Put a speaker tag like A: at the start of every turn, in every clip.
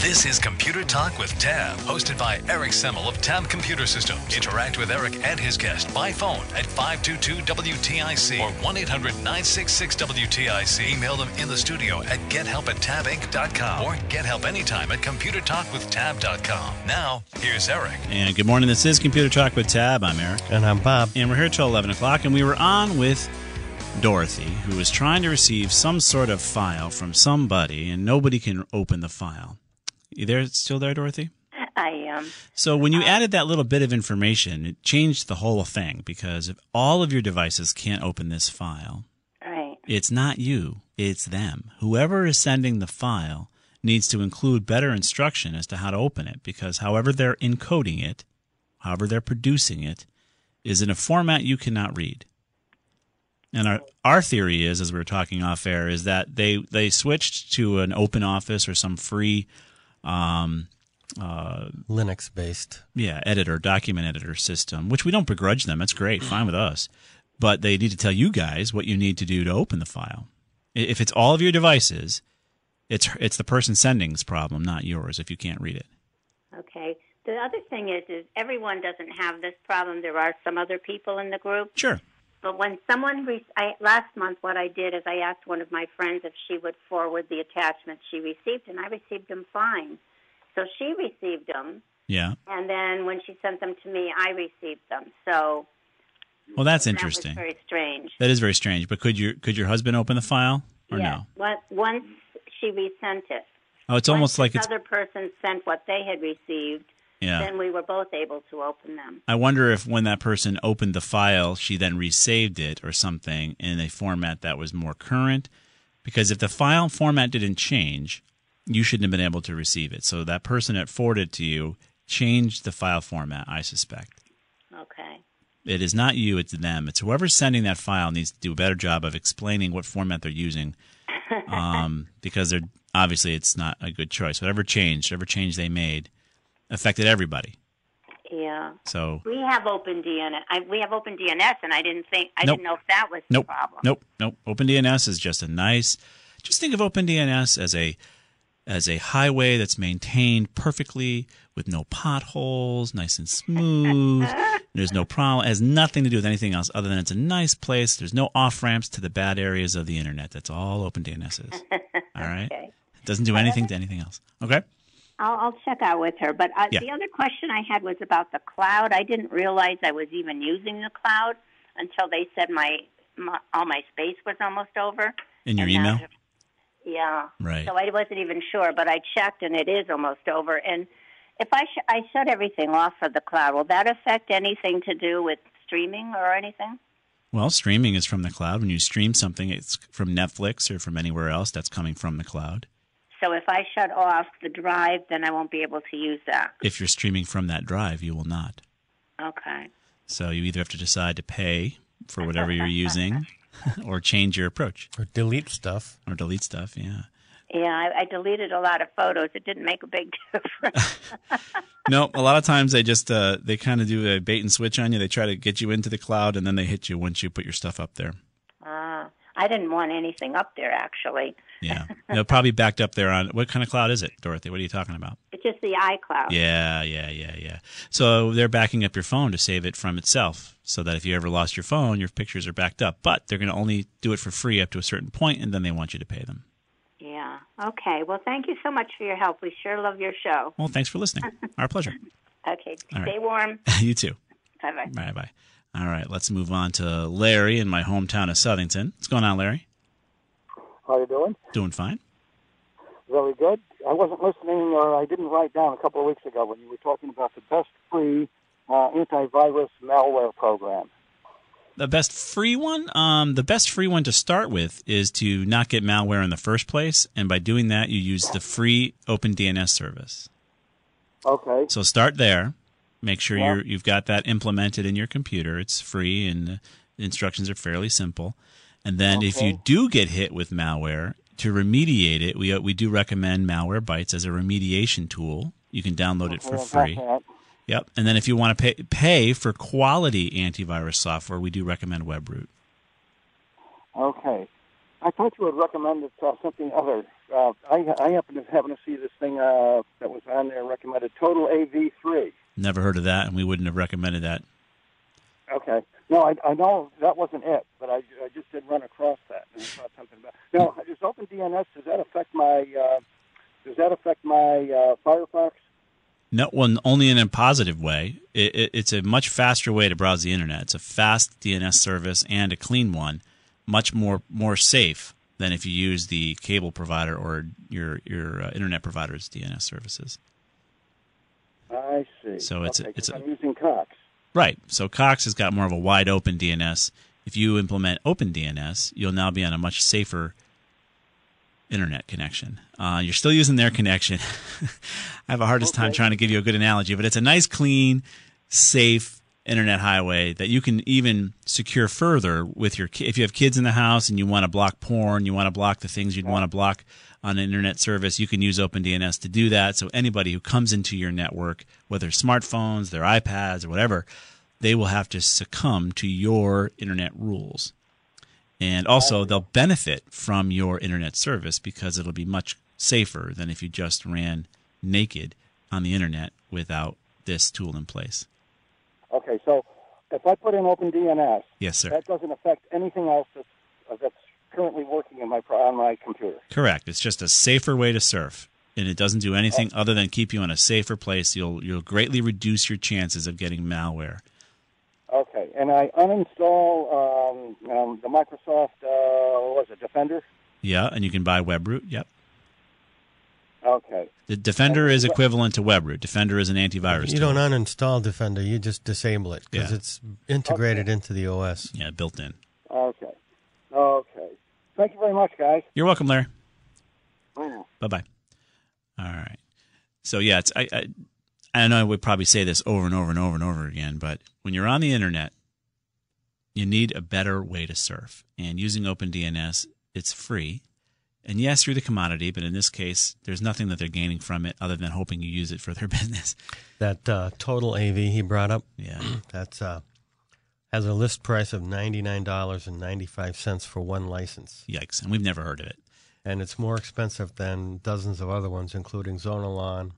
A: This is Computer Talk with Tab, hosted by Eric Semmel of Tab Computer Systems. Interact with Eric and his guest by phone at 522-WTIC or 1-800-966-WTIC. Email them in the studio at gethelp at tabinc.com or get help anytime at computertalkwithtab.com. Now, here's Eric.
B: And good morning. This is Computer Talk with Tab. I'm Eric.
C: And I'm Bob.
B: And we're here till 11 o'clock. And we were on with Dorothy, who was trying to receive some sort of file from somebody, and nobody can open the file. You there? Still there, Dorothy?
D: I am.
B: So when you added that little bit of information, it changed the whole thing because if all of your devices can't open this file,
D: Right.
B: it's not you, it's them. Whoever is sending the file needs to include better instruction as to how to open it because however they're encoding it, however they're producing it, is in a format you cannot read. And our, our theory is, as we were talking off air, is that they, they switched to an open office or some free um,
C: Linux based.
B: yeah, editor, document editor system, which we don't begrudge them. That's great, fine with us. But they need to tell you guys what you need to do to open the file. I- If it's all of your devices, it's it's the person sending's problem, not yours. If you can't read it,
D: Okay. The other thing is, is everyone doesn't have this problem. There are some other people in the group,
B: sure.
D: but when someone re- I, last month, what I did is I asked one of my friends if she would forward the attachments she received, and I received them fine. So she received them,
B: Yeah.
D: and then when she sent them to me, I received them. So
B: Well, that's
D: That was
B: interesting.
D: very strange.
B: That is very strange. But could your could your husband open the file or
D: Yes.
B: no?
D: What, once she resent it,
B: Oh, it's almost like it's
D: another person sent what they had received.
B: yeah.
D: Then we were both able to open them.
B: I wonder if when that person opened the file, she then resaved it or something in a format that was more current. Because if the file format didn't change, you shouldn't have been able to receive it. So that person that forwarded to you changed the file format, I suspect.
D: Okay.
B: It is not you, it's them. It's whoever's sending that file needs to do a better job of explaining what format they're using. Um, because they're obviously it's not a good choice. Whatever changed, whatever change they made affected everybody.
D: Yeah.
B: So
D: We have open DNS. I, we have open DNS, and I didn't think I
B: Nope.
D: didn't know if that was
B: Nope.
D: the problem.
B: Nope. Nope. OpenDNS is just a nice. Just think of OpenDNS as a as a highway that's maintained perfectly with no potholes, nice and smooth. There's no problem. It has nothing to do with anything else other than it's a nice place. There's no off ramps to the bad areas of the internet. That's all OpenDNS is. All right.
D: Okay.
B: It doesn't do anything to anything else. Okay.
D: I'll, I'll check out with her. But uh,
B: Yeah.
D: the other question I had was about the cloud. I didn't realize I was even using the cloud until they said my, my all my space was almost over.
B: In your
D: And now-
B: email.
D: Yeah.
B: Right.
D: So I wasn't even sure, but I checked, and it is almost over. And if I sh- I shut everything off for the cloud, will that affect anything to do with streaming or anything?
B: Well, streaming is from the cloud. When you stream something, it's from Netflix or from anywhere else that's coming from the cloud.
D: So if I shut off the drive, then I won't be able to use that.
B: If you're streaming from that drive, you will not.
D: Okay.
B: So you either have to decide to pay for whatever you're using or change your approach
C: Or delete stuff.
B: or delete stuff. Yeah.
D: Yeah, I, I deleted a lot of photos. It didn't make a big difference.
B: No, a lot of times they just uh, they kind of do a bait and switch on you. They try to get you into the cloud and then they hit you once you put your stuff up there.
D: Ah, I didn't want anything up there, actually.
B: Yeah. They're probably backed up there on what kind of cloud is it, Dorothy? What are you talking about?
D: It's just the iCloud.
B: Yeah, yeah, yeah, yeah. So they're backing up your phone to save it from itself so that if you ever lost your phone, your pictures are backed up. But they're going to only do it for free up to a certain point and then they want you to pay them.
D: Yeah. Okay. Well, thank you so much for your help. We sure love your show.
B: Well, thanks for listening. Our pleasure.
D: Okay.
B: All right.
D: Stay warm.
B: you too.
D: Bye bye.
B: Bye bye. All right, let's move on to Larry in my hometown of Southington. What's going on, Larry?
E: How you doing?
B: Doing fine.
E: Very good. I wasn't listening, or I didn't write down a couple of weeks ago when you were talking about the best free uh, antivirus malware program.
B: The best free one? Um, the best free one to start with is to not get malware in the first place. And by doing that, you use the free OpenDNS service.
E: Okay.
B: So start there. Make sure
E: Yeah.
B: you're, you've got that implemented in your computer. It's free and the instructions are fairly simple. And then if you
E: Okay.
B: do get hit with malware, to remediate it, we, we do recommend Malware Bytes as a remediation tool. You can download it
E: Yeah,
B: for
E: got
B: free.
E: that.
B: Yep. And then if you want to pay, pay for quality antivirus software, we do recommend WebRoot.
E: Okay. I thought you had recommended uh, something other. Uh, I, I happen to happen to see this thing uh, that was on there recommended Total AV3.
B: Never heard of that, and we wouldn't have recommended that.
E: Okay. No, I, I know that wasn't it, but I, I just did run across that and I thought something about. Now, does OpenDNS does that affect my uh, does that affect my uh, Firefox?
B: No, well, only in a positive way. It, it, it's a much faster way to browse the internet. It's a fast DNS service and a clean one, much more more safe than if you use the cable provider or your your uh, internet provider's DNS services.
E: I see.
B: So it's a-
E: okay, 'cause
B: it's a-
E: I'm using Cox.
B: Right. So Cox has got more of a wide open DNS. If you implement open DNS, you'll now be on a much safer internet connection. Uh, you're still using their connection. I have a hardest time trying to give you a good analogy, but it's a nice, clean, safe internet highway that you can even secure further with your ki- if you have kids in the house and you want to block porn, you want to block the things you'd want to block on an internet service, you can use OpenDNS to do that. So anybody who comes into your network, whether smartphones, their iPads or whatever, they will have to succumb to your internet rules. And also, they'll benefit from your internet service because it'll be much safer than if you just ran naked on the internet without this tool in place.
E: Okay, so if I put in OpenDNS,
B: Yes, sir.
E: that doesn't affect anything else that's, uh, that's currently working in my pro- on my computer.
B: Correct. It's just a safer way to surf, and it doesn't do anything other than keep you in a safer place. You'll you'll greatly reduce your chances of getting malware.
E: Okay, and I uninstall um, um, the Microsoft, uh, what was it, Defender?
B: Yeah, and you can buy WebRoot. Yep.
E: Okay,
B: The Defender is equivalent to WebRoot. Defender is an antivirus.
C: You
B: tool.
C: don't uninstall Defender. You just disable it because
B: Yeah.
C: it's integrated into the OS.
B: Yeah, built in.
E: okay, okay. Thank you very much, guys.
B: You're welcome, Larry.
E: Bye now.
B: Bye bye. All right. So yeah, it's I, I I know I would probably say this over and over and over and over again, but when you're on the internet, you need a better way to surf. And using OpenDNS, it's free. And yes, you're the commodity, but in this case, there's nothing that they're gaining from it other than hoping you use it for their business.
C: That uh, total AV he brought up
B: Yeah.
C: that's uh, has a list price of ninety nine dollars and ninety five cents for one license,
B: Yikes. And we've never heard of it.
C: and it's more expensive than dozens of other ones, including Zonalon,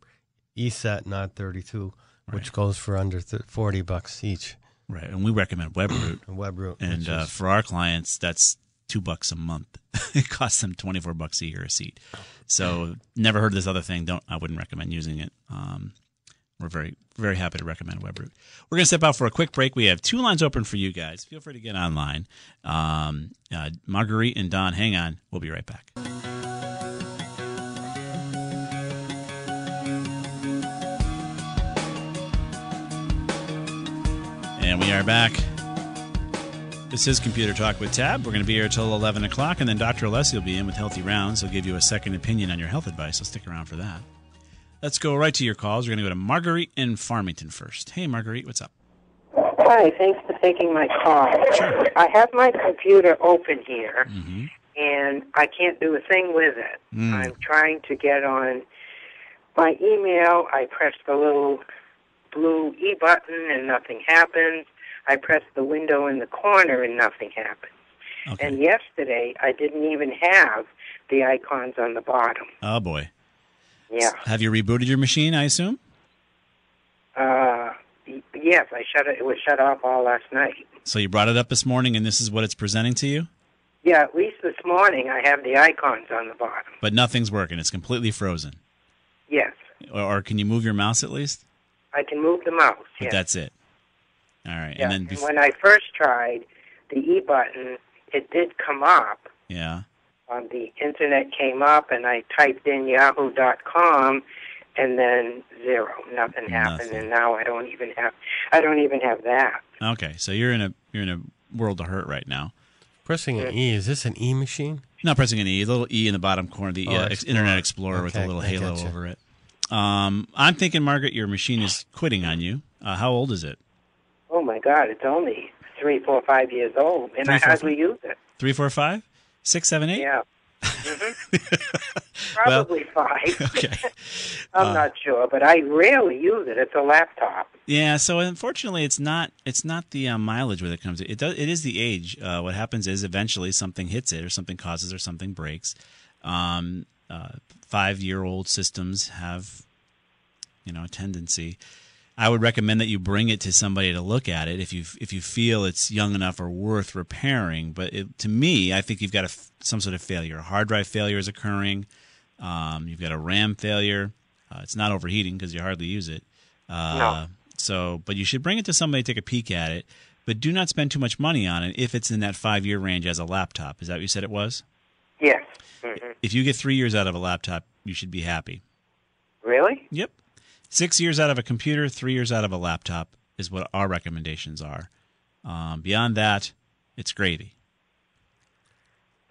C: E ESAT Not thirty two, which goes for under th- forty bucks each,
B: Right. And we recommend WebRoot.
C: and WebRoot,
B: and
C: which
B: uh,
C: is-
B: for our clients that's two bucks a month it costs them 24 bucks a year a seat so never heard of this other thing don't i wouldn't recommend using it um, we're very very happy to recommend webroot we're going to step out for a quick break we have two lines open for you guys feel free to get online um, uh, marguerite and don hang on we'll be right back and we are back this is Computer Talk with Tab. We're going to be here till 11 o'clock, and then Dr. Alessi will be in with Healthy Rounds. He'll give you a second opinion on your health advice, so stick around for that. Let's go right to your calls. We're going to go to Marguerite in Farmington first. Hey, Marguerite, what's up?
F: Hi, thanks for taking my call.
B: Sure.
F: I have my computer open here, and I can't do a thing with it. I'm trying to get on my email. I press the little blue E button, and nothing happens. I press the window in the corner, and nothing happens.
B: Okay.
F: And yesterday, I didn't even have the icons on the bottom.
B: Oh, boy.
F: Yeah.
B: Have you rebooted your machine, I assume?
F: Uh, y- yes, I shut it. It was shut off all last night.
B: So you brought it up this morning, and this is what it's presenting to you,
F: Yeah, at least this morning I have the icons on the bottom.
B: but nothing's working. It's completely frozen.
F: Yes,
B: Or, or can you move your mouse at least?
F: I can move the mouse.
B: But
F: yes.
B: that's it. All right.
F: yeah.
B: And then, bef-
F: when I first tried the E button, it did come up.
B: yeah.
F: On the internet came up, and I typed in yahoo.com, and then zero, nothing happened.
B: Nothing.
F: And now I don't even have, I don't even have that.
B: Okay, so you're in a you're in a world of hurt right now.
C: Pressing an E, is this an E machine?
B: Not pressing an E, a little E in the bottom corner, the
C: Oh,
B: uh, ex-
C: Explorer.
B: Internet Explorer with a
C: Okay,
B: little
C: I
B: halo
C: gotcha.
B: over it. Um, I'm thinking, Margaret, your machine is quitting on you. Uh, how old is it?
F: Oh my God, it's only three, four, five years old, and
B: Three,
F: I
B: four,
F: hardly use it.
B: Three, four, five, six, seven, eight.
F: Yeah. hmm Probably five.
B: Okay. Uh,
F: I'm not sure, but I rarely use it. It's a laptop.
B: Yeah, so unfortunately, it's not it's not the uh, mileage where it comes. It does it is the age. Uh, what happens is eventually something hits it, or something causes, or something breaks. Um, uh, five year old systems have, you know, a tendency. I would recommend that you bring it to somebody to look at it if you if you feel it's young enough or worth repairing. But it, to me, I think you've got a f some sort of failure. A hard drive failure is occurring. Um, you've got a RAM failure. Uh, it's not overheating because you hardly use it. Uh,
F: No.
B: So, but you should bring it to somebody to take a peek at it. But do not spend too much money on it if it's in that five year range as a laptop. Is that what you said it was?
F: Yes. Mm-hmm.
B: If you get three years out of a laptop, you should be happy.
F: Really?
B: Yep. Six years out of a computer, three years out of a laptop is what our recommendations are. Um, beyond that, it's gravy.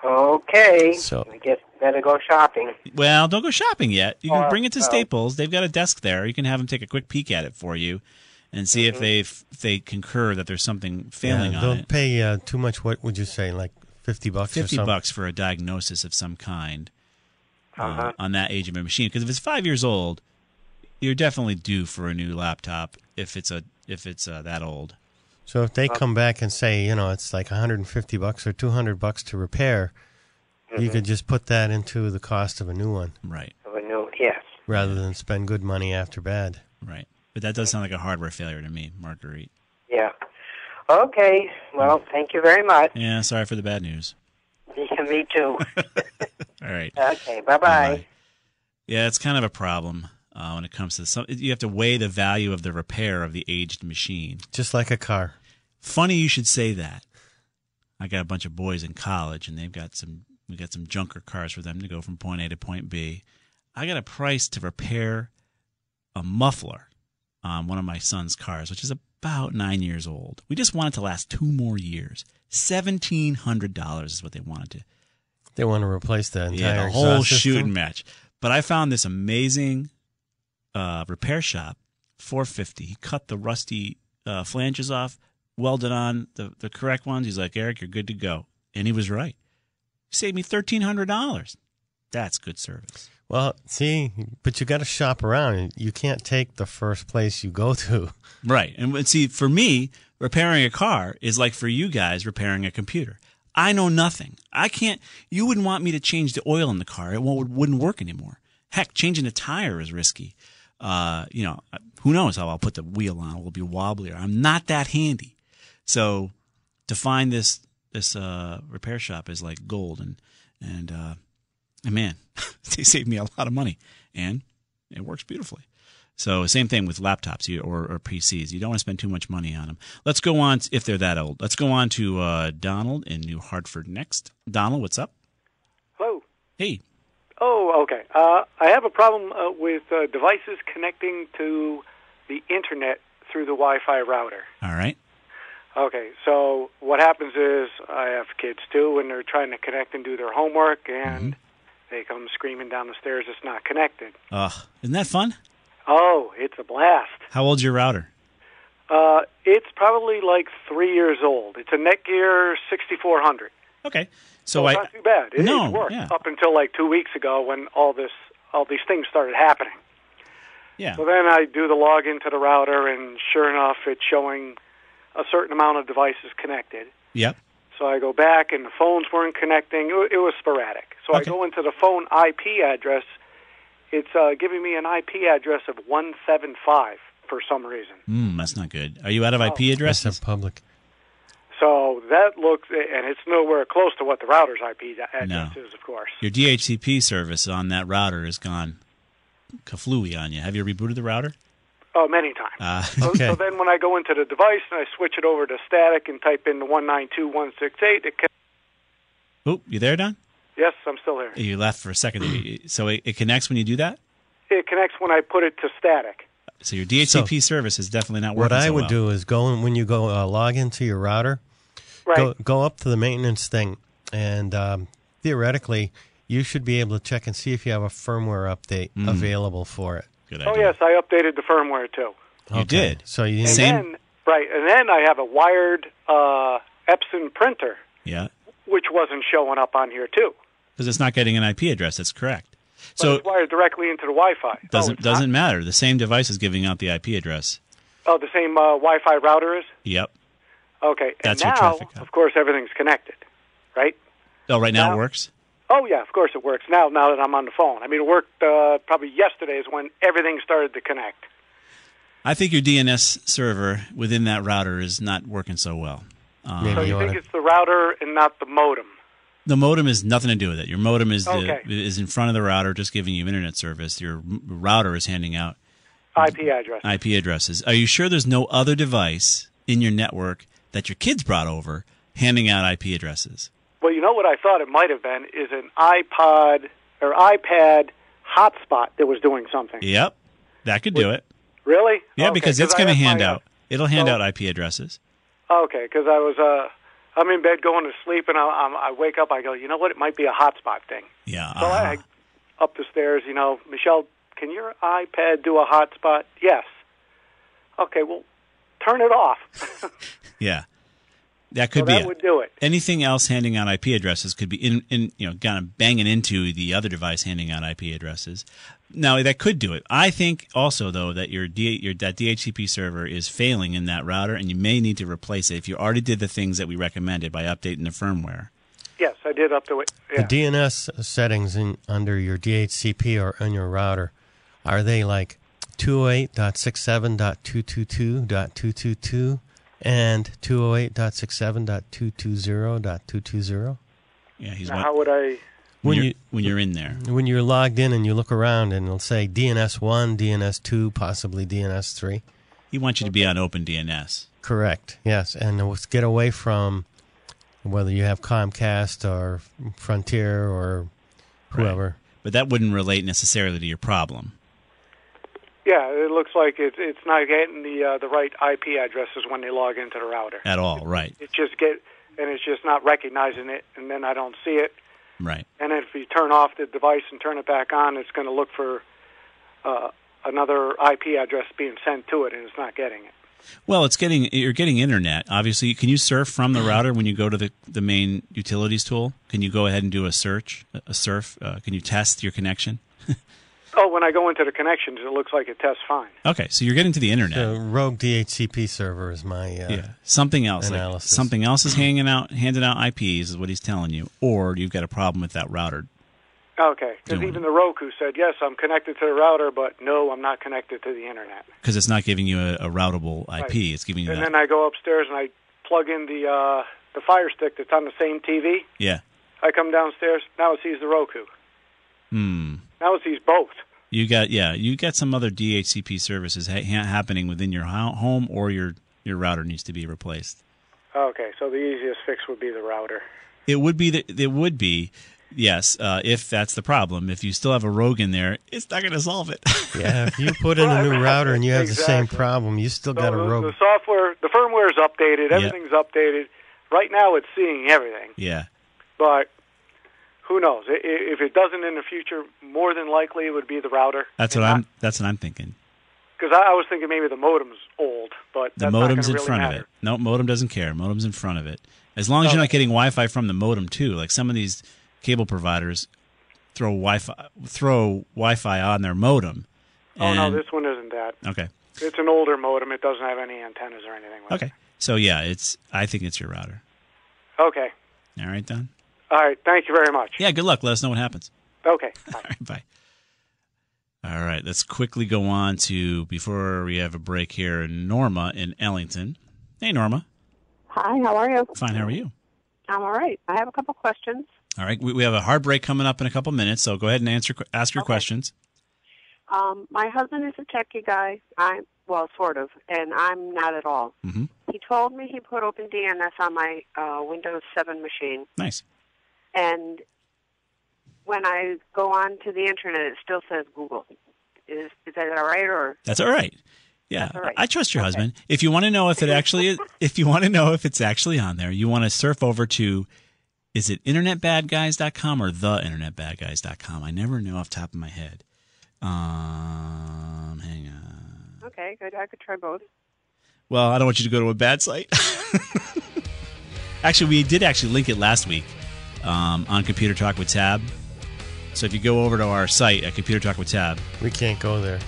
F: Okay.
C: So-
F: I guess better go shopping.
B: Well, don't go shopping yet. You can
F: Oh,
B: bring it to
F: oh.
B: Staples. They've got a desk there. You can have them take a quick peek at it for you and see
F: Mm-hmm.
B: if they if they concur that there's something failing
C: Yeah,
B: on
C: don't
B: it.
C: pay uh, too much. What would you say? Like fifty bucks? or
B: 50
C: something?
B: bucks for a diagnosis of some kind uh,
F: Uh-huh.
B: on that age of a machine because if it's 5 years old you're definitely due for a new laptop if it's a if it's uh, that old
C: So if they come back and say, you know, it's like 150 bucks or 200 bucks to repair, you could just put that into the cost of a new one
B: right
F: Of a new, yes.
C: rather than spend good money after bad.
B: right but that
F: Mm-hmm.
B: does sound like a hardware failure to me marguerite
F: Yeah. Okay. Well, thank you very much.
B: yeah sorry for the bad news
F: Me too.
B: all right
F: Okay. Bye bye.
B: Bye-bye. Yeah, it's kind of a problem uh, when it comes to some. You have to weigh the value of the repair of the aged machine.
C: Just like a car.
B: Funny you should say that. I got a bunch of boys in college, and they've got some. We got some junker cars for them to go from point A to point B. I got a price to repair a muffler on one of my son's cars, which is about nine years old. We just want it to last two more years. Seventeen hundred dollars is what they wanted to
C: They want to replace the entire
B: yeah, the whole
C: exhaust system.
B: shooting match. But I found this amazing uh, repair shop, 450. He cut the rusty uh, flanges off, welded on the, the correct ones. He's like, Eric, you're good to go. And he was right. He saved me $1,300. That's good service.
C: Well, see, but you got to shop around. You can't take the first place you go to.
B: Right. And w- see, for me, repairing a car is like for you guys repairing a computer. I know nothing. I can't. You wouldn't want me to change the oil in the car. It won't, wouldn't work anymore. Heck, changing a tire is risky. Uh, you know, who knows how I'll put the wheel on? It will be wobblier. I'm not that handy. So to find this this uh, repair shop is like gold, and and uh, and man, they saved me a lot of money, and it works beautifully. So same thing with laptops you- or, or PCs. You don't want to spend too much money on them. Let's go on to- if they're that old. Let's go on to uh, Donald in New Hartford next. Donald, what's up?
G: Hello.
B: Hey,
G: Oh, okay. Uh, I have a problem uh, with uh, devices connecting to the internet through the Wi-Fi router.
B: all right,
G: Okay, so what happens is I have kids too, and they're trying to connect and do their homework, and
B: Mm-hmm.
G: they come screaming down the stairs. It's not connected.
B: uh, isn't that fun?
G: Oh, it's a blast.
B: How old's your router?
G: Uh, it's probably like three years old. It's a Netgear 6400.
B: Okay, so
G: So it's
B: I
G: not too bad. It,
B: No,
G: it worked
B: yeah.
G: up until like two weeks ago when all this all these things started happening.
B: yeah
G: So then I do the login to the router, and sure enough, it's showing a certain amount of devices connected.
B: yep
G: So I go back, and the phones weren't connecting. It, wa- it was sporadic. So
B: Okay.
G: I go into the phone IP address. It's uh, giving me an IP address of 175 for some reason.
B: Mm, that's not good. Are you out
G: Oh.
B: of IP
C: That's in
B: addresses?
C: public.
G: So that looks, and it's nowhere close to what the router's IP da- address
B: No.
G: is, of course.
B: Your DHCP service on that router has gone kaflooey on you. Have you rebooted the router?
G: Oh, many times.
B: Uh,
G: So-
C: Okay.
G: Oh, So then when I go into the device and I switch it over to static and type in the 192168, it can,
B: oop, Oh, you there, Don?
G: yes, I'm still here.
B: You left for a second. so it, it connects when you do that.
G: It connects when I put it to static.
B: So your DHCP service is definitely not working.
C: What I
B: so
C: would
B: well.
C: do is go in, when you go uh, log into your router,
G: Right.
C: Go, go up to the maintenance thing, and um, theoretically, you should be able to check and see if you have a firmware update available for it.
B: Hmm. Good
G: Oh
B: idea.
G: yes, I updated the firmware too.
B: You did.
C: So you
G: And
C: need
B: Same-
G: then right, and then I have a wired uh, Epson printer,
B: Yeah.
G: which wasn't showing up on here too.
B: Because it's not getting an IP address. That's correct.
G: But
B: So
G: it's wired directly into the Wi-Fi. Oh,
B: doesn't
G: it's not?
B: doesn't matter. The same device is giving out the IP address.
G: Oh, the same uh, Wi-Fi router is.
B: Yep.
G: Okay,
B: That's your
G: and now
B: traffic hub.
G: of course everything's connected, right?
B: Oh, right now it
G: Now-
B: works.
G: Oh yeah, of course it works now. Now that I'm on the phone, I mean it worked uh, probably yesterday is when everything started to connect.
B: I think your DNS server within that router is not working so well. Um,
G: So
B: Uh-huh.
C: maybe
G: you
C: you
G: think
C: want to.
G: it's the router and not the modem?
B: The modem is nothing to do with it. Your modem is
G: Okay.
B: the, is in front of the router, just giving you internet service. Your m- router is handing out
G: IP address.
B: IP addresses. Are you sure there's no other device in your network that your kids brought over handing out IP addresses?
G: Well, you know what I thought it might have been is an iPod or iPad hotspot that was doing something.
B: Yep, that could do it.
G: Really?
B: Yeah,
G: Okay,
B: because it's
G: I
B: going to
G: have
B: hand
G: my, uh,
B: out. It'll hand
G: so-
B: out IP addresses.
G: Uh, okay, because I was uh, I'm in bed going to sleep and I, I'm, I wake up. I go, you know what? It might be a hotspot thing.
B: Yeah.
G: So
B: uh-huh.
G: I up the stairs. You know, Michelle, can your iPad do a hotspot? Yes. Okay. Well, turn it off.
B: Yeah.
G: so
B: That could be
G: that
B: it.
G: would do it.
B: Anything else handing out IP addresses could be in, in you know kind of banging into the other device handing out IP addresses. Now that could do it. I think also though that your D, your that DHCP server is failing in that router, and you may need to replace it if you already did the things that we recommended by updating the firmware.
G: Yes, I did up to it. Yeah.
C: The DNS settings in under your DHCP or in your router, are they like 208.67.222.222 and 208.67.220.220?
B: Yeah, he's
G: Now,
B: one,
G: how would I?
B: when
C: When
B: you're,
C: you-
B: when you're in there.
C: When you're logged in and you look around and it'll say DNS1, DNS2, possibly DNS3.
B: He wants you to be on Open DNS.
C: Correct. Yes, and it was get away from whether you have Comcast or Frontier or whoever.
B: But that wouldn't relate necessarily to your problem.
G: Yeah, it looks like it's it's not getting the uh, the right IP addresses when they log into the router.
B: At all, right?
G: It just get and it's just not recognizing it, and then I don't see it.
B: Right.
G: And if you turn off the device and turn it back on, it's going to look for uh, another IP address being sent to it, and it's not getting it.
B: Well, it's getting you're getting internet. Obviously, can you surf from the router when you go to the the main utilities tool? Can you go ahead and do a search, a surf? Uh, can you test your connection?
G: Oh, when I go into the connections, it looks like it tests fine.
B: Okay, so you're getting to the internet.
C: The rogue DHCP server is my uh,
B: yeah, something else. Like
C: Analysis.
B: something else is hanging out, handing out IPs is what he's telling you, or you've got a problem with that router.
G: Okay, because
B: Doing
G: even the Roku said, yes, I'm connected to the router, but no, I'm not connected to the internet.
B: Because it's not giving you a, a routable IP.
G: Right.
B: It's giving you
G: And
B: that.
G: then I go upstairs and I plug in the uh, the Fire Stick that's on the same TV.
B: yeah.
G: I come downstairs. Now it sees the Roku.
B: Hmm.
G: Now it sees both.
B: You got yeah. You got some other DHCP services ha- ha- happening within your ho- home, or your your router needs to be replaced.
G: Okay, so the easiest fix would be the router.
B: It would be the, it would be yes uh, if that's the problem. If you still have a rogue in there, it's not going to solve it.
C: Yeah, if you put in a new router and you have the same
G: Exactly.
C: problem, you still
G: So
C: got a
G: the,
C: rogue.
G: the software, the firmware is updated.
B: Yeah.
G: Everything's updated. Right now, it's seeing everything,
B: yeah,
G: but who knows? I- i- If it doesn't in the future, more than likely it would be the router.
B: that's what I'm that's what I'm thinking.
G: Because I I was thinking maybe the modem's old, but
B: The
G: that's not
B: modem's
G: gonna
B: in
G: really
B: front of
G: matter.
B: it. No, modem doesn't care. Modem's in front of it. As long as you're not getting Wi-Fi from the modem too. Like some of these cable providers throw Wi-Fi throw Wi-Fi on their modem.
G: Oh no,
B: and-
G: this one isn't that.
B: okay.
G: It's an older modem. It doesn't have any antennas or anything. Like
B: Okay. So yeah, it's I think it's your router.
G: That. Okay.
B: All right, Don.
G: All right. Thank you very much.
B: Yeah, good luck. Let us know what happens.
G: Okay.
B: All right, bye. All right, let's quickly go on to before we have a break here. Norma in Ellington. Hey, Norma.
H: Hi, how are you?
B: Fine. How are you?
H: I'm all right. I have a couple questions.
B: All right. We, we have a hard break coming up in a couple minutes, so go ahead and answer ask your
H: Okay.
B: questions.
H: Um, my husband is a techie guy. I'm well, sort of, and I'm not at all.
B: Mhm.
H: He told me he put Open DNS on my uh, Windows 7 machine,
B: Nice.
H: and when I go on to the internet, it still says Google. Is is that all right? Or
B: That's all right. Yeah,
H: That's all right.
B: I trust your husband. If you want to know if it actually, if you want to know if it's actually on there, you want to surf over to, is it internetbadguys.com or theinternetbadguys.com? I never know off the top of my head. Um, hang on.
H: Okay, good. I could try both.
B: Well, I don't want you to go to a bad site. actually, we did actually link it last week um, on Computer Talk with Tab. So if you go over to our site at Computer Talk with Tab,
C: We can't go there.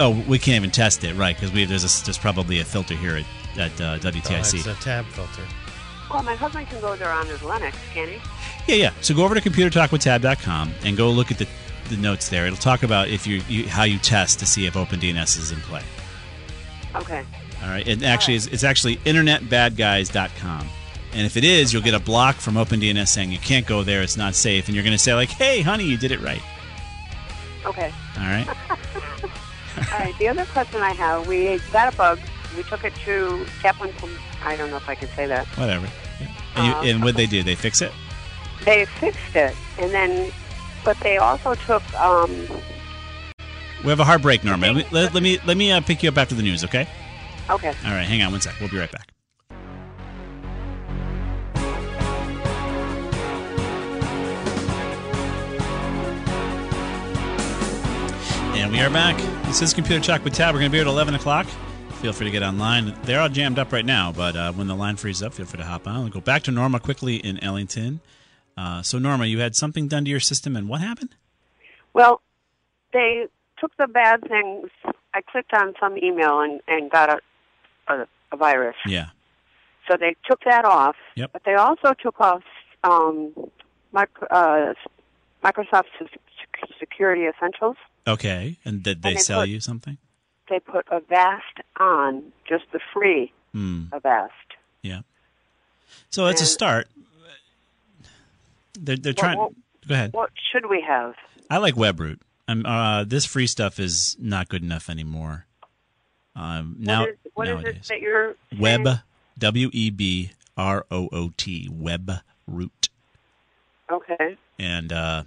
B: oh, we can't even test it, right? Because we have, there's a, there's probably a filter here at, at uh,
C: Oh, it's
B: WTIC.
C: a tab filter.
H: Well, my husband can go there on his Linux, can he?
B: Yeah, yeah. So go over to computertalkwithtab.com and go look at the, the notes there. It'll talk about if you, you how you test to see if OpenDNS is in play.
H: Okay.
B: All right. It actually is, it's actually internetbadguys.com. And if it is, you'll get a block from OpenDNS saying you can't go there, it's not safe, and you're going to say like, "Hey, honey, you did it right."
H: Okay.
B: All right.
H: All right. The other question I have, we got a bug. We took it to Kaplan. Com- I don't know if I can say that.
B: Whatever. Yeah. And, you, and what they do, they fix it.
H: They fixed it, and then, but they also took. Um,
B: We have a heartbreak, Norma. Let me let, let me let me uh, pick you up after the news, okay?
H: okay.
B: All right, hang on one sec. We'll be right back. And we are back. This is Computer Talk with Tab. We're going to be here at 11 o'clock. Feel free to get online. They're all jammed up right now, but uh, when the line frees up, feel free to hop on. We'll go back to Norma quickly in Ellington. Uh, so, Norma, you had something done to your system, and what happened?
H: Well, they took the bad things. I clicked on some email and and got a a, a virus.
B: Yeah.
H: So they took that off.
B: Yep.
H: But they also took off um, mic- uh, Microsoft Se- Security Essentials.
B: Okay. And did they
H: And they
B: sell
H: put-
B: you something?
H: They put Avast on, just the free
B: Hmm.
H: Avast.
B: Yeah. So that's a
H: And-
B: start. They're, they're trying.
H: what-
B: go ahead.
H: What should we have?
B: I like WebRoot. I'm, uh, this free stuff is not good enough anymore. Um, now,
H: what is, what is
B: nowadays,
H: it that you're
B: Web
H: saying?
B: W E B R O O T WebRoot,
H: Okay.
B: and uh,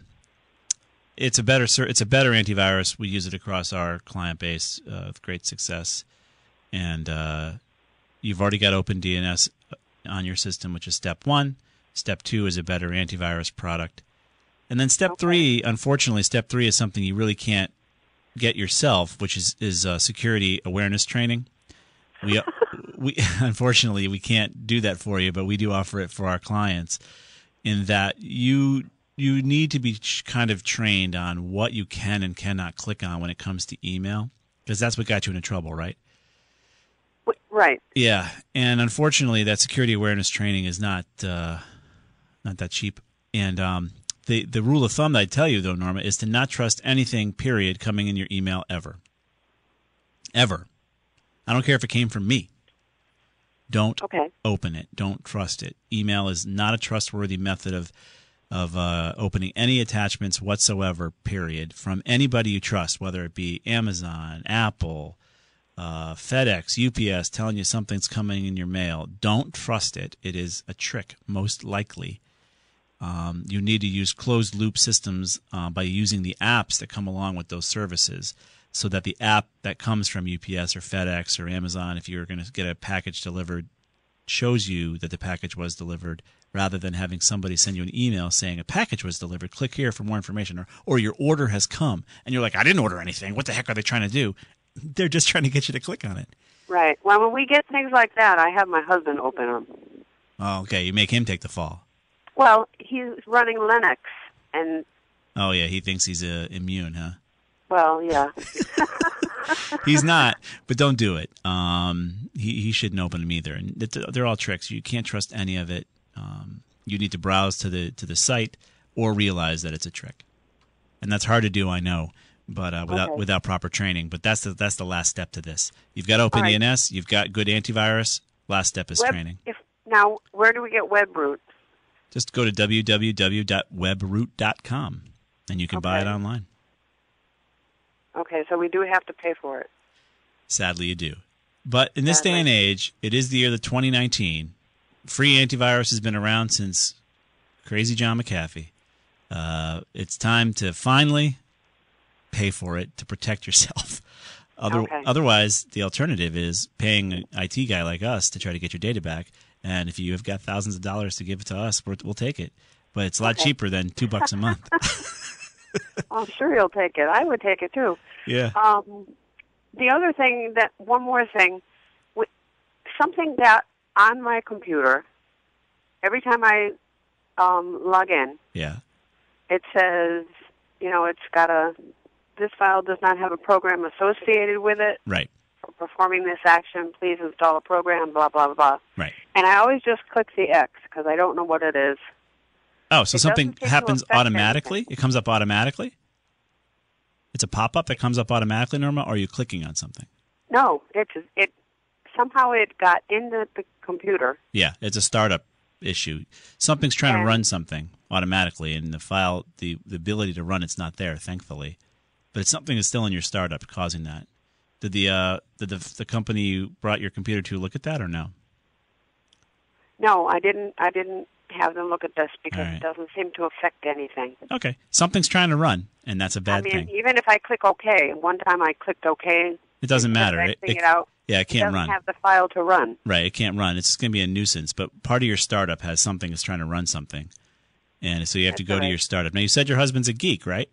B: it's a better ser- it's a better antivirus. We use it across our client base uh, with great success, and uh, you've already got OpenDNS uh, on your system, which is step one. Step two is a better antivirus product. And then step three, unfortunately, step three is something you really can't get yourself, which is is uh, security awareness training. We uh, we unfortunately we can't do that for you, but we do offer it for our clients. In that you you need to be ch- kind of trained on what you can and cannot click on when it comes to email, because that's what got you into trouble, right?
H: W- Right.
B: Yeah, and unfortunately, that security awareness training is not uh, not that cheap. And um, the the rule of thumb that I tell you though, Norma, is to not trust anything. Period. Coming in your email ever, ever. I don't care if it came from me. Don't
H: Okay.
B: open it. Don't trust it. Email is not a trustworthy method of of uh, opening any attachments whatsoever. Period. From anybody you trust, whether it be Amazon, Apple, uh, FedEx, UPS, telling you something's coming in your mail. Don't trust it. It is a trick, most likely. Um, you need to use closed loop systems uh, by using the apps that come along with those services so that the app that comes from UPS or FedEx or Amazon, if you're going to get a package delivered, shows you that the package was delivered rather than having somebody send you an email saying a package was delivered click here for more information or, or your order has come and you're like i didn't order anything what the heck are they trying to do they're just trying to get you to click on it
H: Right. Well, when we get things like that, I have my husband open them.
B: oh okay you make him take the fall
H: Well, he's running Linux, and
B: oh yeah he thinks he's uh, immune huh
H: well, yeah.
B: he's not but don't do it um he, he shouldn't open them either and it, they're all tricks you can't trust any of it um you need to browse to the to the site or realize that it's a trick and that's hard to do i know but uh, without
H: Okay.
B: without proper training but that's the that's the last step to this you've got open
H: right.
B: dns you've got good antivirus last step is
H: Web-
B: training
H: If now, where do we get WebRoot?
B: just go to www.webroot.com and you can buy it
H: Okay.
B: online
H: Okay, so we do have to pay for it.
B: Sadly, you do. But in this day
H: Sadly.
B: and age, it is the year that 2019. Free antivirus has been around since crazy John McAfee. Uh, it's time to finally pay for it to protect yourself. Other,
H: Okay.
B: Otherwise, the alternative is paying an IT guy like us to try to get your data back. And if you have got thousands of dollars to give it to us, we're, we'll take it. But it's a lot
H: Okay.
B: cheaper than two bucks a month.
H: I'm sure you'll take it. I would take it too.
B: yeah.
H: Um, the other thing that one more thing, w- something that on my computer, every time I um, log in,
B: Yeah.
H: it says, you know, it's got a this file does not have a program associated with it
B: Right.
H: for performing this action. Please install a program. Blah blah blah.
B: Right.
H: And I always just click the X because I don't know what it is.
B: Oh, so
H: It
B: something
H: doesn't seem to
B: happens
H: affect
B: automatically? It comes up automatically? It's a pop up that comes up automatically, Norma, or are you clicking on something?
H: No, it's it somehow it got into the computer.
B: Yeah, it's a startup issue. Something's trying to
H: And-
B: run something automatically, and the file, the, the ability to run it's not there, thankfully. But it's something that's still in your startup causing that. Did the uh, did the, the company you brought your computer to look at that or no?
H: No, I didn't. I didn't have them look at this because
B: All right.
H: it doesn't seem to affect anything.
B: Okay, something's trying to run, and that's a bad
H: I mean,
B: thing.
H: even if I click OK, one time I clicked OK.
B: It doesn't matter.
H: It,
B: It,
H: it,
B: it-
H: out.
B: yeah, it
H: it
B: can't
H: doesn't
B: run.
H: have the file to run.
B: Right, it can't run. It's going to be a nuisance. But part of your startup has something that's trying to run something, and so you have to
H: That's
B: go to
H: right.
B: your startup. Now you said your husband's a geek, right?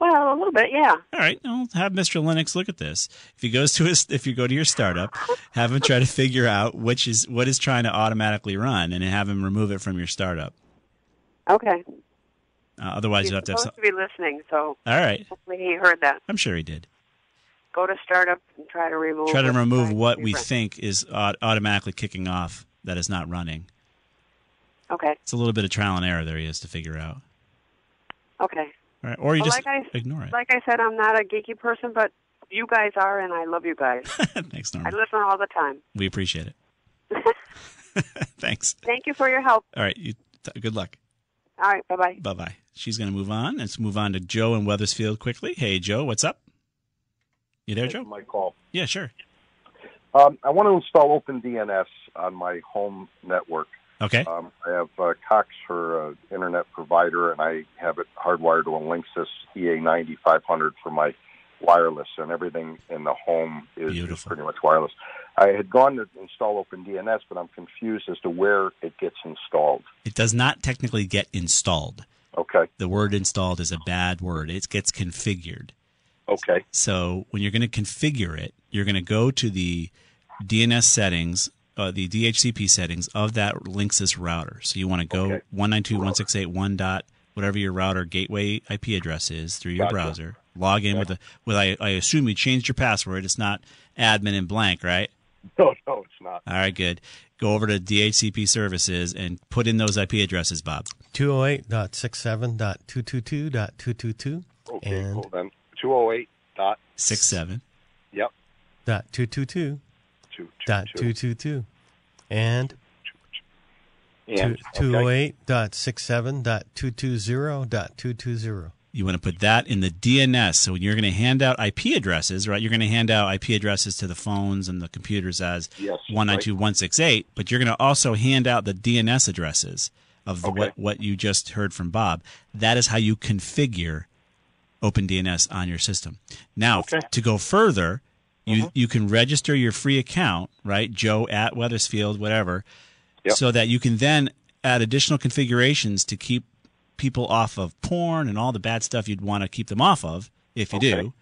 H: Well, a little bit, yeah.
B: All right, I'll have Mr. Linux look at this. If he goes to his, if you go to your startup, have him try to figure out which is what is trying to automatically run, and have him remove it from your startup.
H: Okay.
B: Uh, otherwise,
H: He's
B: you have to have.
H: supposed
B: Some,
H: to be listening, so
B: all right,
H: hopefully he heard that.
B: I'm sure he did.
H: Go to startup and try to remove.
B: Try to
H: what's
B: remove
H: trying
B: what
H: to
B: we
H: run.
B: think is au- automatically kicking off that is not running.
H: Okay.
B: It's a little bit of trial and error there he has to figure out.
H: Okay.
B: All right, or you
H: Well,
B: just
H: like I-
B: ignore it.
H: Like I said, I'm not a geeky person, but you guys are, and I love you guys.
B: Thanks,
H: I
B: Norma.
H: listen all the time.
B: We appreciate it. Thanks.
H: Thank you for your help.
B: All right. You th- good luck.
H: All right. Bye bye.
B: Bye bye. She's going to move on. Let's move on to Joe in Weathersfield quickly. Hey, Joe, what's up? You there, Joe?
I: My call.
B: Yeah, sure.
I: Um, I want to install OpenDNS on my home network.
B: Okay.
I: Um, I have uh, Cox for uh, internet provider, and I have it hardwired to a Linksys EA9500 for my wireless, and everything in the home is, is
B: Beautiful.
I: pretty much wireless. I had gone to install OpenDNS, but I'm confused as to where it gets installed.
B: It does not technically get installed.
I: Okay,
B: The word installed is a bad word. It gets configured.
I: okay,
B: So when you're going to configure it, you're going to go to the DNS settings, uh, the DHCP settings of that Linksys router. So you want to go
I: Okay.
B: 192.168.1 dot whatever your router gateway IP address is through your
I: Gotcha.
B: browser. Log in with a with I, I assume you changed your password. It's not admin and blank, right?
I: no, no, it's not.
B: All right, good. Go over to DHCP services and put in those IP addresses, Bob.
C: 208.67.222.222
I: Okay,
C: and
I: cool then. 208 dot
B: Six seven.
I: yep
C: dot 222
I: two
C: dot
I: two
C: 222 and
I: and
C: two
I: okay.
C: oh eight dot six seven dot two two zero dot two two zero.
B: You want to put that in the DNS. So when you're going to hand out IP addresses, right? You're going to hand out IP addresses to the phones and the computers as
I: Yes,
B: one nine two one six eight, but you're going to also hand out the DNS addresses of the,
I: Okay.
B: what what you just heard from Bob. That is how you configure OpenDNS on your system. Now,
I: Okay. Mm-hmm.
B: to go further, you you can register your free account, right? Joe at Weathersfield, whatever,
I: Yep.
B: so that you can then add additional configurations to keep people off of porn and all the bad stuff you'd want to keep them off of if you do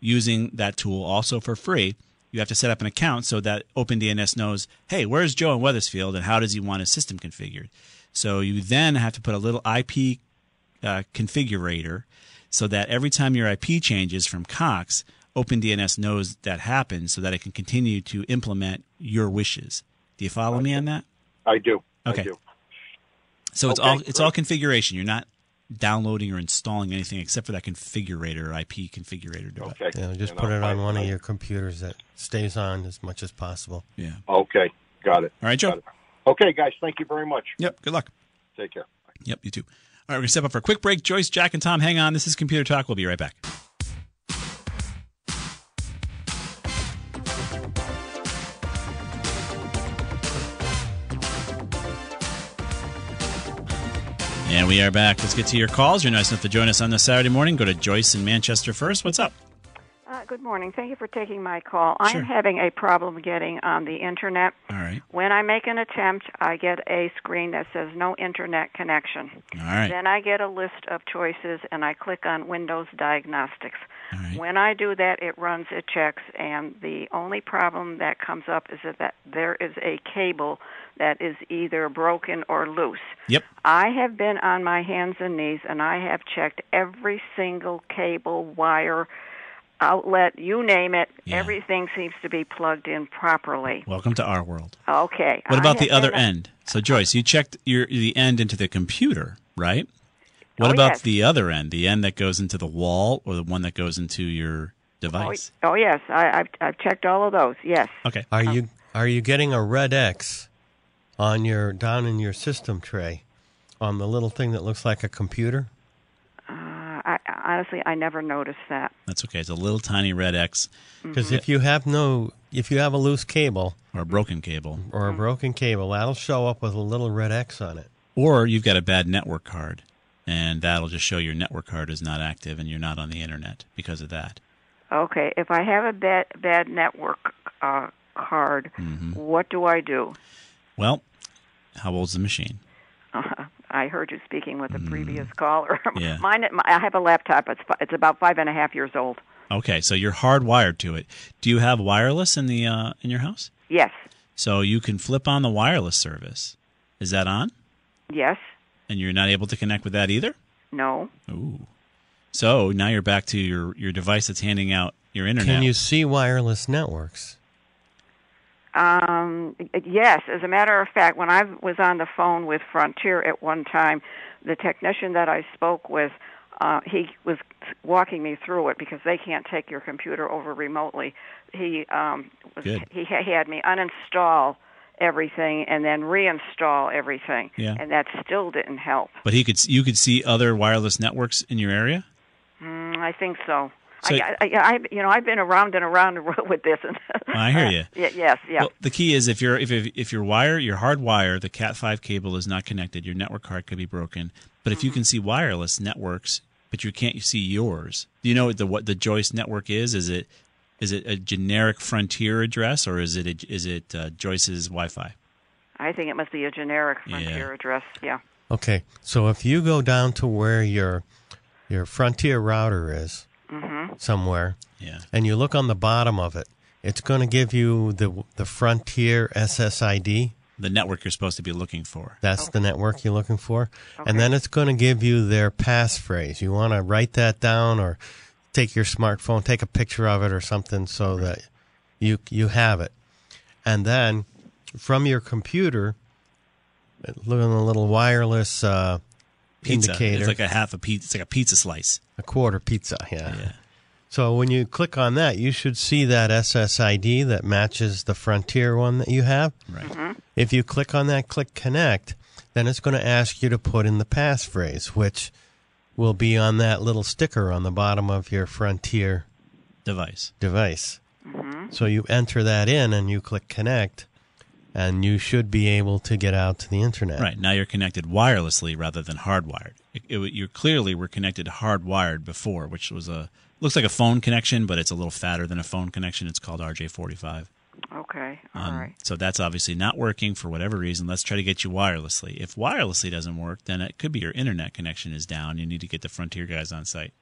B: using that tool also for free you have to set up an account so that opendns knows hey where's joe in weathersfield and how does he want his system configured so you then have to put a little ip uh, configurator so that every time your ip changes from cox opendns knows that happened so that it can continue to implement your wishes do you follow me on that
I: I do.
B: Okay.
I: I do.
B: so it's
I: Okay,
B: all it's all
I: great.
B: configuration. You're not downloading or installing anything except for that configurator or IP configurator device.
I: Okay.
C: You know, just
I: And
C: put
I: I'll
C: it on
I: find-
C: one of your computers that stays on as much as possible.
B: Yeah.
I: Okay. Got it.
B: All right, Joe.
I: Got it. Okay, guys. Thank you very much.
B: Yep. Good luck.
I: Take care.
B: Yep. You too. All right. We're gonna step up for a quick break. Joyce, Jack, and Tom, hang on. This is Computer Talk. We'll be right back. And we are back. Let's get to your calls. You're nice enough to join us on this Saturday morning. Go to Joyce in Manchester first. What's up?
J: Uh, good morning. Thank you for taking my call.
B: Sure.
J: I'm having a problem getting on the internet.
B: All right.
J: When I make an attempt, I get a screen that says no internet connection.
B: All right.
J: Then I get a list of choices and I click on Windows Diagnostics. When I do that, it runs, it checks, and the only problem that comes up is that, that there is a cable that is either broken or loose.
B: Yep.
J: I have been on my hands and knees and I have checked every single cable, wire, outlet, you name it. Everything seems to be plugged in properly.
B: Welcome to our world.
J: Okay.
B: What
J: I
B: about
J: have
B: the other
J: been-
B: end? So Joyce, you checked your the end into the computer, right? What
J: Oh,
B: about
J: yes.
B: the other end? The end that goes into the wall or the one that goes into your device?
J: Oh, yes. I, I've, I've checked all of those. Yes.
B: Okay.
C: Are you are you getting a red X on your down in your system tray on the little thing that looks like a computer?
J: Uh, I, honestly, I never noticed that.
B: That's okay. It's a little tiny red X.
C: Because if you have no, if you have a loose cable
B: or a broken cable
C: or a broken cable, that'll show up with a little red X on it.
B: or you've got a bad network card and that'll just show your network card is not active and you're not on the internet because of that.
J: Okay. If I have a bad, bad network uh, card, what do I do?
B: Mm-hmm. Well, how old's the machine?
J: Uh, I heard you speaking with a previous caller.
B: Yeah.
J: Mine, my, I have a laptop. It's fi- it's about five and a half years old.
B: Okay, so you're hardwired to it. Do you have wireless in the uh, in your house?
J: Yes.
B: So you can flip on the wireless service. Is that on?
J: Yes.
B: And you're not able to connect with that either?
J: No.
B: Ooh. So now you're back to your, your device that's handing out your internet.
C: Can you see wireless networks?
J: Um, yes, as a matter of fact, when I was on the phone with Frontier at one time, the technician that I spoke with, uh, he was walking me through it because they can't take your computer over remotely. He um, was,
K: Good.
J: he ha- had me uninstall everything and then reinstall everything,
B: Yeah.
J: and that still didn't help.
B: But he could s- you could see other wireless networks in your area?
J: Mm, I think so.
B: So-
J: I, I, I, you know, I've been around and around with this. And
B: Oh, I hear you.
J: Yeah, yes, yeah.
B: Well, the key is if your if, if if your wire, your hard wire, the Cat5 cable is not connected, your network card could be broken. But if you can see wireless networks, but you can't see yours, do you know what the what the Joyce network is? Is it is it a generic frontier address or is it a, is it uh, Joyce's Wi-Fi?
J: I think it must be a generic frontier address. Yeah.
C: Okay, so if you go down to where your your frontier router is
J: Mhm.
C: somewhere,
B: yeah.
C: and you look on the bottom of it, it's going to give you the the frontier SSID.
B: The network you're supposed to be looking for.
C: That's the network you're looking for, and then it's going to give you their passphrase. You want to write that down, or take your smartphone, take a picture of it, or something, so that you you have it. And then from your computer, look on the little wireless uh,
B: Pizza.
C: indicator.
B: It's like a half a pizza. It's like a pizza slice.
C: A quarter pizza, yeah. So when you click on that, you should see that SSID that matches the Frontier one that you have.
B: Right.
C: If you click on that, click connect, then it's going to ask you to put in the passphrase, which will be on that little sticker on the bottom of your Frontier
B: device.
C: Device. So you enter that in and you click connect, and you should be able to get out to the internet.
B: Right. Now you're connected wirelessly rather than hardwired. It, it, you clearly were connected hardwired before, which was a looks like a phone connection, but it's a little fatter than a phone connection. It's called RJ45.
J: Okay. All right.
B: Um, So that's obviously not working for whatever reason. Let's try to get you wirelessly. If wirelessly doesn't work, then it could be your internet connection is down. You need to get the Frontier guys on site.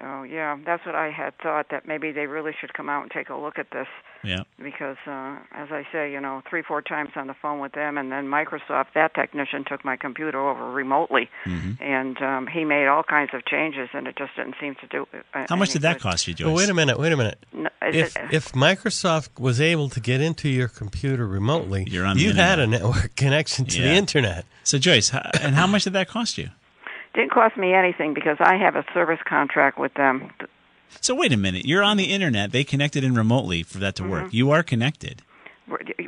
J: Oh yeah, that's what I had thought. That maybe they really should come out and take a look at this
B: Yeah.
J: because, uh, as I say, you know, three four times on the phone with them, and then Microsoft that technician took my computer over remotely,
B: Mm-hmm.
J: and um, he made all kinds of changes, and it just didn't seem to do. Uh,
B: How much
J: any
B: did that
J: good.
B: cost you, Joyce?
C: But wait a minute, wait a minute.
J: No,
C: if
J: it's-
C: if Microsoft was able to get into your computer remotely,
B: You're on the
C: you had a
B: internet.
C: network connection to the
B: Yeah.
C: internet.
B: So Joyce, h- and how much did that cost you?
J: Didn't cost me anything because I have a service contract with them.
B: So wait a minute. You're on the internet. They connected in remotely for that to
J: Mm-hmm.
B: work. You are connected.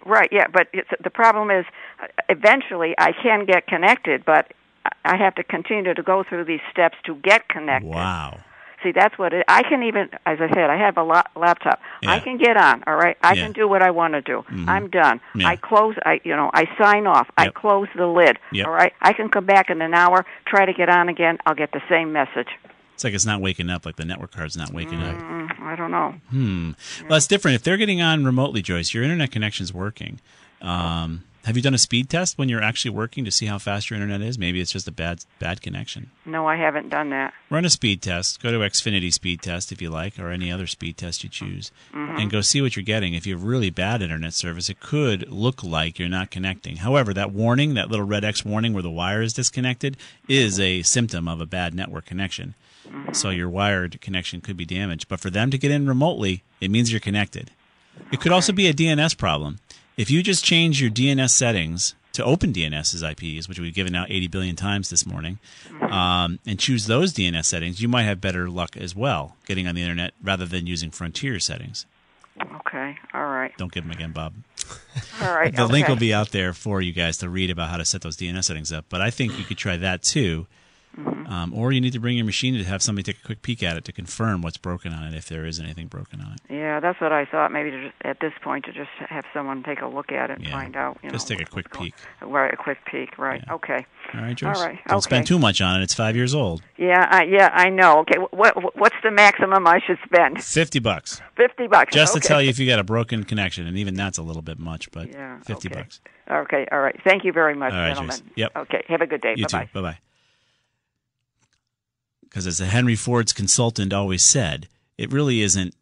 J: Right, yeah, but it's, the problem is uh, eventually I can get connected, but I- I have to continue to go through these steps to get connected.
B: Wow.
J: See, that's what it, I can even, as I said, I have a lot, laptop. I
B: Yeah.
J: can get on. All right, I
B: Yeah.
J: can do what I want to do.
B: Mhm.
J: I'm done.
B: Yeah.
J: I close. I, you know, I sign off. I
B: Yep.
J: close the lid.
B: Yep.
J: All right, I can come back in an hour, try to get on again. I'll get the same message.
B: It's like it's not waking up, like the network card's not waking up.
J: Mm, I don't know.
B: Hmm. Well, that's different. If they're getting on remotely, Joyce, your internet connection's working. Um, have you done a speed test when you're actually working to see how fast your internet is? Maybe it's just a bad bad connection.
J: No, I haven't done that.
B: Run a speed test. Go to Xfinity speed test if you like, or any other speed test you choose,
J: Mhm.
B: and go see what you're getting. If you have really bad internet service, it could look like you're not connecting. However, that warning, that little red X warning where the wire is disconnected, is a symptom of a bad network connection. So your wired connection could be damaged. But for them to get in remotely, it means you're connected. It could also be a DNS problem. If you just change your DNS settings to open DNS's IPs, which we've given out 80 billion times this morning, um, and choose those DNS settings, you might have better luck as well getting on the internet rather than using Frontier settings.
J: Okay. All right.
B: Don't give them again, Bob.
J: All right.
B: the link
J: okay.
B: will be out there for you guys to read about how to set those DNS settings up. But I think you could try that too.
J: Mm-hmm.
B: Um, or you need to bring your machine to have somebody take a quick peek at it to confirm what's broken on it if there is anything broken on it.
J: Yeah, that's what I thought. Maybe to just, at this point to just have someone take a look at it and
B: Yeah.
J: find out. You
B: Just
J: know,
B: take a quick peek.
J: right, a quick peek. Right. Okay.
B: All right, Joyce.
J: All right.
B: Don't
J: okay.
B: spend too much on it. It's five years old.
J: Yeah. I, yeah. I know. Okay. wh- What, what What's the maximum I should spend?
B: Fifty bucks.
J: Fifty bucks.
B: Just
J: okay.
B: to tell you if you got a broken connection, and even that's a little bit much, but
J: Yeah,
B: fifty
J: okay.
B: bucks.
J: Okay. All right. Thank you very much,
B: All right,
J: gentlemen.
B: Joyce. Yep.
J: Okay. Have a good day.
B: You
J: bye bye.
B: too. Bye bye. Because as the Henry Ford's consultant always said, it really isn't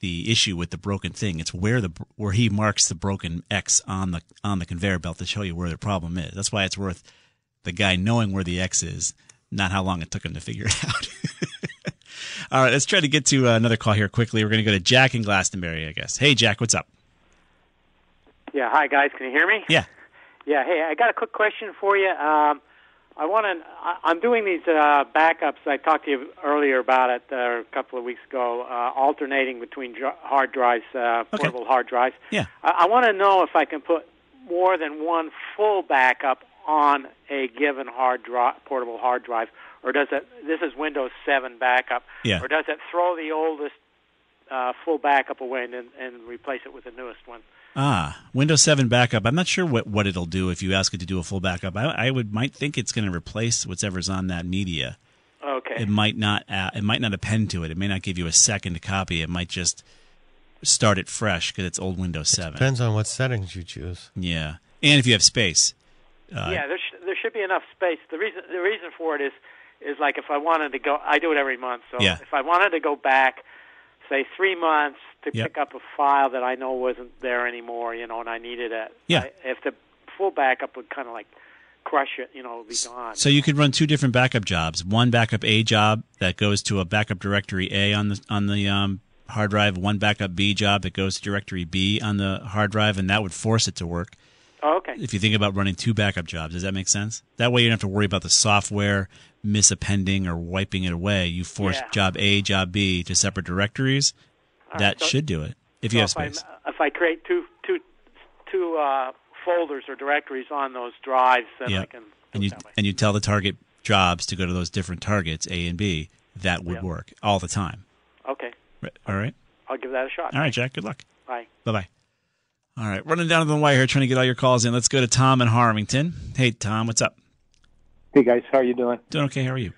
B: the issue with the broken thing. It's where the where he marks the broken X on the on the conveyor belt to show you where the problem is. That's why it's worth the guy knowing where the X is, not how long it took him to figure it out. All right, let's try to get to uh, another call here quickly. We're going to go to Jack in Glastonbury, I guess. Hey, Jack, what's up?
L: Yeah. Hi, guys. Can you hear me?
B: Yeah.
L: Yeah. Hey, I got a quick question for you. Um, I want to. I'm doing these uh, backups. I talked to you earlier about it uh, a couple of weeks ago, uh, alternating between dr- hard drives, uh, portable hard drives.
B: Yeah.
L: I, I want to know if I can put more than one full backup on a given hard drive, portable hard drive, or does it? This is Windows 7 backup.
B: Yeah.
L: Or does it throw the oldest uh, full backup away and, and replace it with the newest one?
B: Ah, Windows 7 backup. I'm not sure what, what it'll do if you ask it to do a full backup. I, I would might think it's going to replace whatever's on that media.
L: Okay.
B: It might not. Uh, it might not append to it. It may not give you a second copy. It might just start it fresh because it's old Windows 7.
C: Depends on what settings you choose.
B: Yeah, and if you have space. Uh,
L: yeah, there, sh- there should be enough space. The reason the reason for it is is like if I wanted to go, I do it every month. So
B: Yeah.
L: if I wanted to go back, say three months to
B: Yep.
L: pick up a file that I know wasn't there anymore, you know, and I needed it.
B: Yeah.
L: I, if the full backup would kind of like crush it, you know, it would be gone.
B: So you could run two different backup jobs. One backup A job that goes to a backup directory A on the on the um, hard drive. One backup B job that goes to directory B on the hard drive, and that would force it to work.
L: Oh, okay.
B: If you think about running two backup jobs, does that make sense? That way you don't have to worry about the software misappending or wiping it away. You force
L: Yeah.
B: job A, job B to separate directories.
L: All right,
B: that
L: so-
B: should do it if you
L: so
B: have
L: I-
B: space.
L: if I create two two two uh, folders or directories on those drives, then I
B: Yeah.
L: can.
B: and you and you tell the target jobs to go to those different targets A and B. That would
L: Yeah.
B: work all the time.
L: Okay,
B: Right- All right.
L: I'll give that a shot.
B: All right, Jack. Good luck.
L: Bye.
B: Bye bye. All right, running down to the wire here, trying to get all your calls in. Let's go to Tom in Harmington. Hey, Tom, what's up?
K: Hey guys, how are you doing?
B: Doing okay? How are you?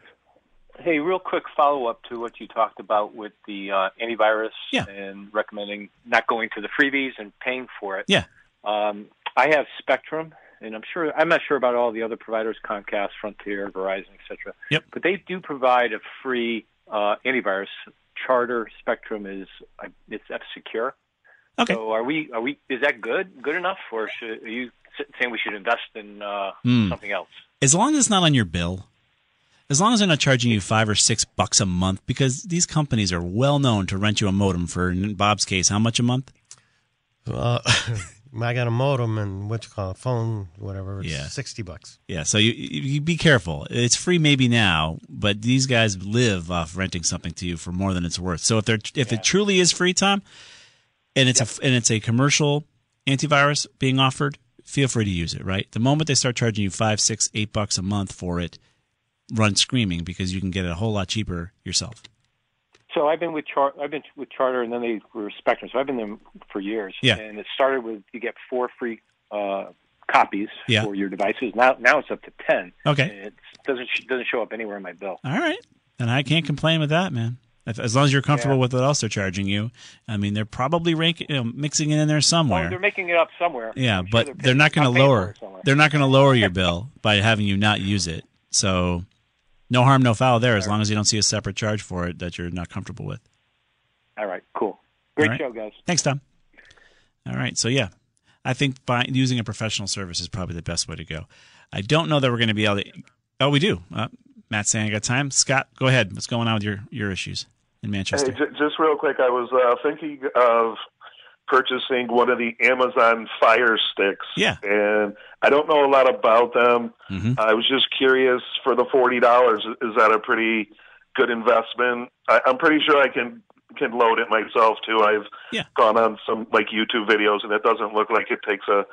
K: Hey, real quick follow up to what you talked about with the uh, antivirus and recommending not going to the freebies and paying for it.
B: Yeah.
K: Um, I have Spectrum, and I'm sure I'm not sure about all the other providers: Comcast, Frontier, Verizon, etc.
B: Yep.
K: But they do provide a free uh, antivirus. Charter Spectrum is I- it's F Secure.
B: Okay.
K: So are we? Are we? Is that good? Good enough, or should, are you s- saying we should invest in uh,
B: Hmm.
K: something else?
B: As long as it's not on your bill, as long as they're not charging you five or six bucks a month, because these companies are well known to rent you a modem for, in Bob's case, how much a month?
C: Uh, I got a modem and what you call it, phone, whatever. It's
B: Yeah.
C: sixty bucks.
B: Yeah, so you, you you be careful. It's free maybe now, but these guys live off renting something to you for more than it's worth. So if they're if it truly is free time, and it's a and it's a commercial antivirus being offered, feel free to use it. Right, the moment they start charging you five, six, eight bucks a month for it, run screaming because you can get it a whole lot cheaper yourself.
K: So I've been with Char- I've been with Charter, and then they were Spectrum. So I've been there for years.
B: Yeah.
K: And it started with you get four free uh, copies
B: Yeah.
K: for your devices. Now now it's up to ten.
B: Okay.
K: And It doesn't sh- doesn't show up anywhere in my bill.
B: All right. And I can't complain with that, man. If, as long as you're comfortable
K: Yeah.
B: with what else they're charging you, I mean, they're probably rank, you know, mixing it in
K: Oh,
B: there
K: they're
B: somewhere.
K: making it up somewhere.
B: yeah,
K: I'm sure
B: but
K: they're
B: they're,
K: paying-
B: not going
K: I'm
B: to
K: paying for
B: lower.
K: it somewhere.
B: They're not going to lower your bill by having you not use it. So, no harm, no foul there. As long as you don't see a separate charge for it that you're not comfortable with.
K: All right, cool. Great
B: All right.
K: show, guys.
B: Thanks, Tom. All right. So yeah, I think by using a professional service is probably the best way to go. I don't know that we're going to be able to. Oh, we do. Uh, Matt's saying I got time. Scott, go ahead. What's going on with your your issues in Manchester?
M: Hey, j- just real quick, I was uh, thinking of purchasing one of the Amazon Fire Sticks.
B: Yeah.
M: And I don't know a lot about them.
B: Mhm.
M: I was just curious for the forty dollars. Is that a pretty good investment? I, I'm pretty sure I can can load it myself too. I've
B: Yeah.
M: gone on some like YouTube videos, and it doesn't look like it takes a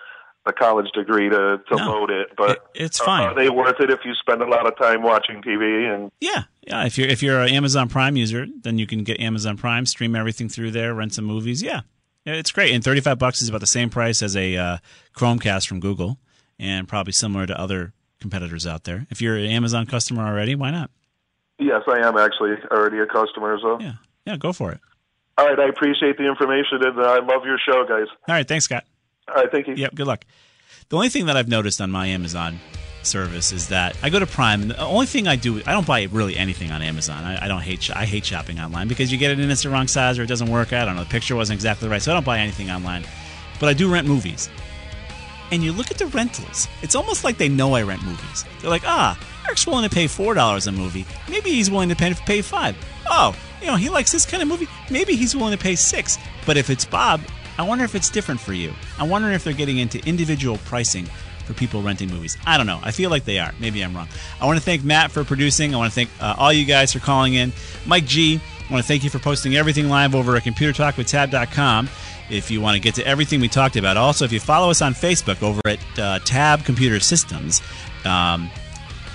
M: a college degree to to load it. But
B: it's
M: are-
B: fine.
M: Are they worth it if you spend a lot of time watching TV and
B: Yeah, yeah. If you're if you're an Amazon Prime user, then you can get Amazon Prime, stream everything through there, rent some movies. Yeah, Yeah, it's great. And thirty five bucks is about the same price as a uh, Chromecast from Google, and probably similar to other competitors out there. If you're an Amazon customer already, why not?
M: Yes, I am actually already a customer. So yeah,
B: yeah, go for it.
M: All right, I appreciate the information and uh, I love your show, guys.
B: All right, thanks, Scott.
M: All right, thank you.
B: Yep, good luck. The only thing that I've noticed on my Amazon service is that I go to Prime, and the only thing I do, I don't buy really anything on Amazon. I, I don't hate, sh- I hate shopping online because you get it and it's the wrong size or it doesn't work. I don't know, the picture wasn't exactly right, so I don't buy anything online. But I do rent movies, and you look at the rentals. It's almost like they know I rent movies. They're like, ah, Eric's willing to pay four dollars a movie. Maybe he's willing to pay pay five. Oh, you know, he likes this kind of movie. Maybe he's willing to pay six. But if it's Bob, I wonder if it's different for you. I wonder if they're getting into individual pricing for people renting movies. I don't know. I feel like they are. Maybe I'm wrong. I want to thank Matt for producing. I want to thank uh, all you guys for calling in. Mike G, I want to thank you for posting everything live over at computertalkwithtab.com if you want to get to everything we talked about. Also, if you follow us on Facebook over at uh, Tab Computer Systems, um,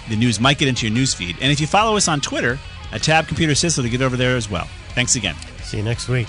B: the news might get into your news feed. And if you follow us on Twitter at Tab Computer Systems, to get over there as well. Thanks again.
C: See you next week.